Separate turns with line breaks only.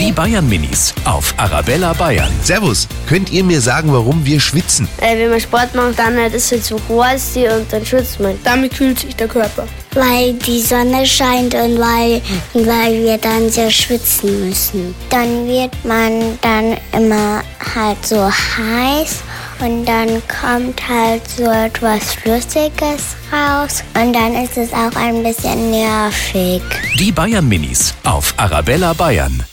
Die Bayern Minis auf Arabella Bayern.
Servus, könnt ihr mir sagen, warum wir schwitzen?
Äh, wenn man Sport macht, dann äh, ist es so heiß hier und dann schwitzt man.
Damit kühlt sich der Körper.
Weil die Sonne scheint und weil, und weil wir dann sehr schwitzen müssen.
Dann wird man dann immer halt so heiß und dann kommt halt so etwas Flüssiges raus und dann ist es auch ein bisschen nervig.
Die Bayern Minis auf Arabella Bayern.